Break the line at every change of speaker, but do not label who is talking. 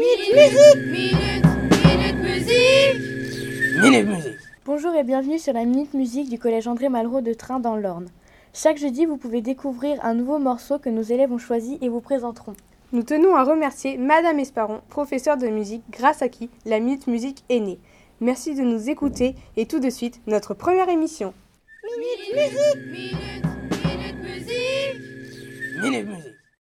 Minute, minute, minute musique.
Minute Musique.
Bonjour et bienvenue sur la Minute Musique du Collège André Malraux de Train dans l'Orne. Chaque jeudi, vous pouvez découvrir un nouveau morceau que nos élèves ont choisi et vous présenterons.
Nous tenons à remercier Madame Esparon, professeure de musique, grâce à qui la Minute Musique est née. Merci de nous écouter et tout de suite, notre première émission.
Minute, minute, minute musique.
Minute Musique.